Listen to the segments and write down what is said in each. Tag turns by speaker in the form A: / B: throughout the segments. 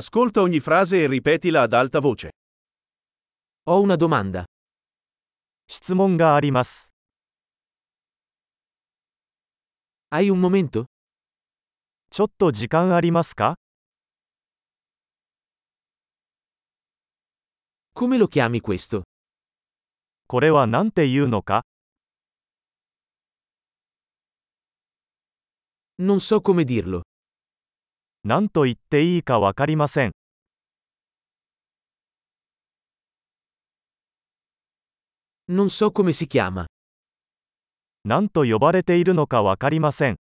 A: Ascolta ogni frase e ripetila ad alta voce.
B: Ho una domanda.
C: 質問があります。
B: Hai un momento?
C: ちょっと時間ありますか
B: Come lo chiami questo?
C: これは何て言うのか
B: Non so come dirlo.
C: 何と言っていいかわかりません。
B: Non so come si chiama.
C: 何と呼ばれているのかわかりません。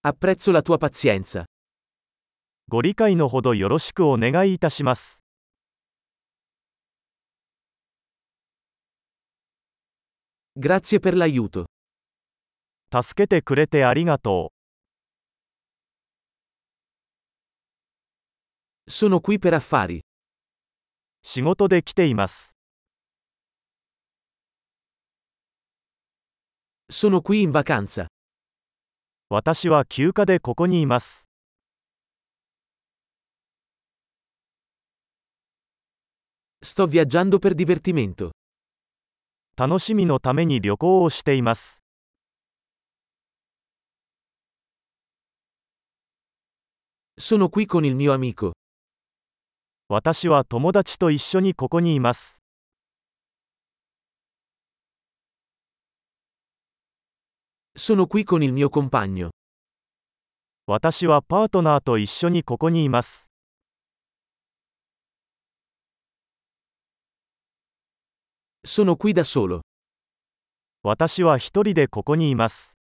B: Apprezzo la tua pazienza.
C: ご理解のほどよろしくお願いいたします。
B: Grazie per l'aiuto.
C: 助けてくれてありがとう。
B: Sono qui per affari.
C: 仕事で来ています。
B: Sono qui in vacanza.
C: 私は休暇でここにいます。
B: Sto viaggiando per divertimento.
C: 楽しみのために旅行をしています。
B: Sono qui con il mio amico.
C: 私は友達と一緒にここにいます。
B: Sono qui con il mio compagno.
C: 私はパートナーと一緒にここにいます。
B: Sono qui da solo.
C: 私は一人でここにいます。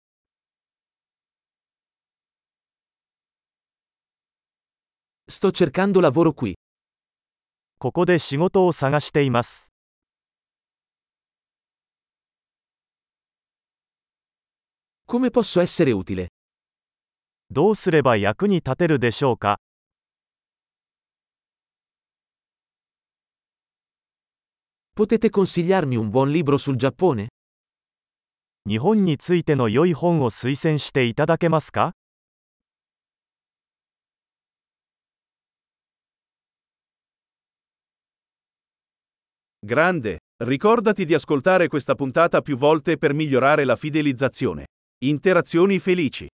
B: Sto cercando lavoro qui.
C: ここで仕事を探しています。
B: Come posso essere utile?
C: どうすれば役に立てるでしょうか
B: Potete consigliarmi un buon libro sul Giappone?
C: 日本についての良い本を推薦していただけますか
A: Grande. Ricordati di ascoltare questa puntata più volte per migliorare la fidelizzazione. Interazioni felici.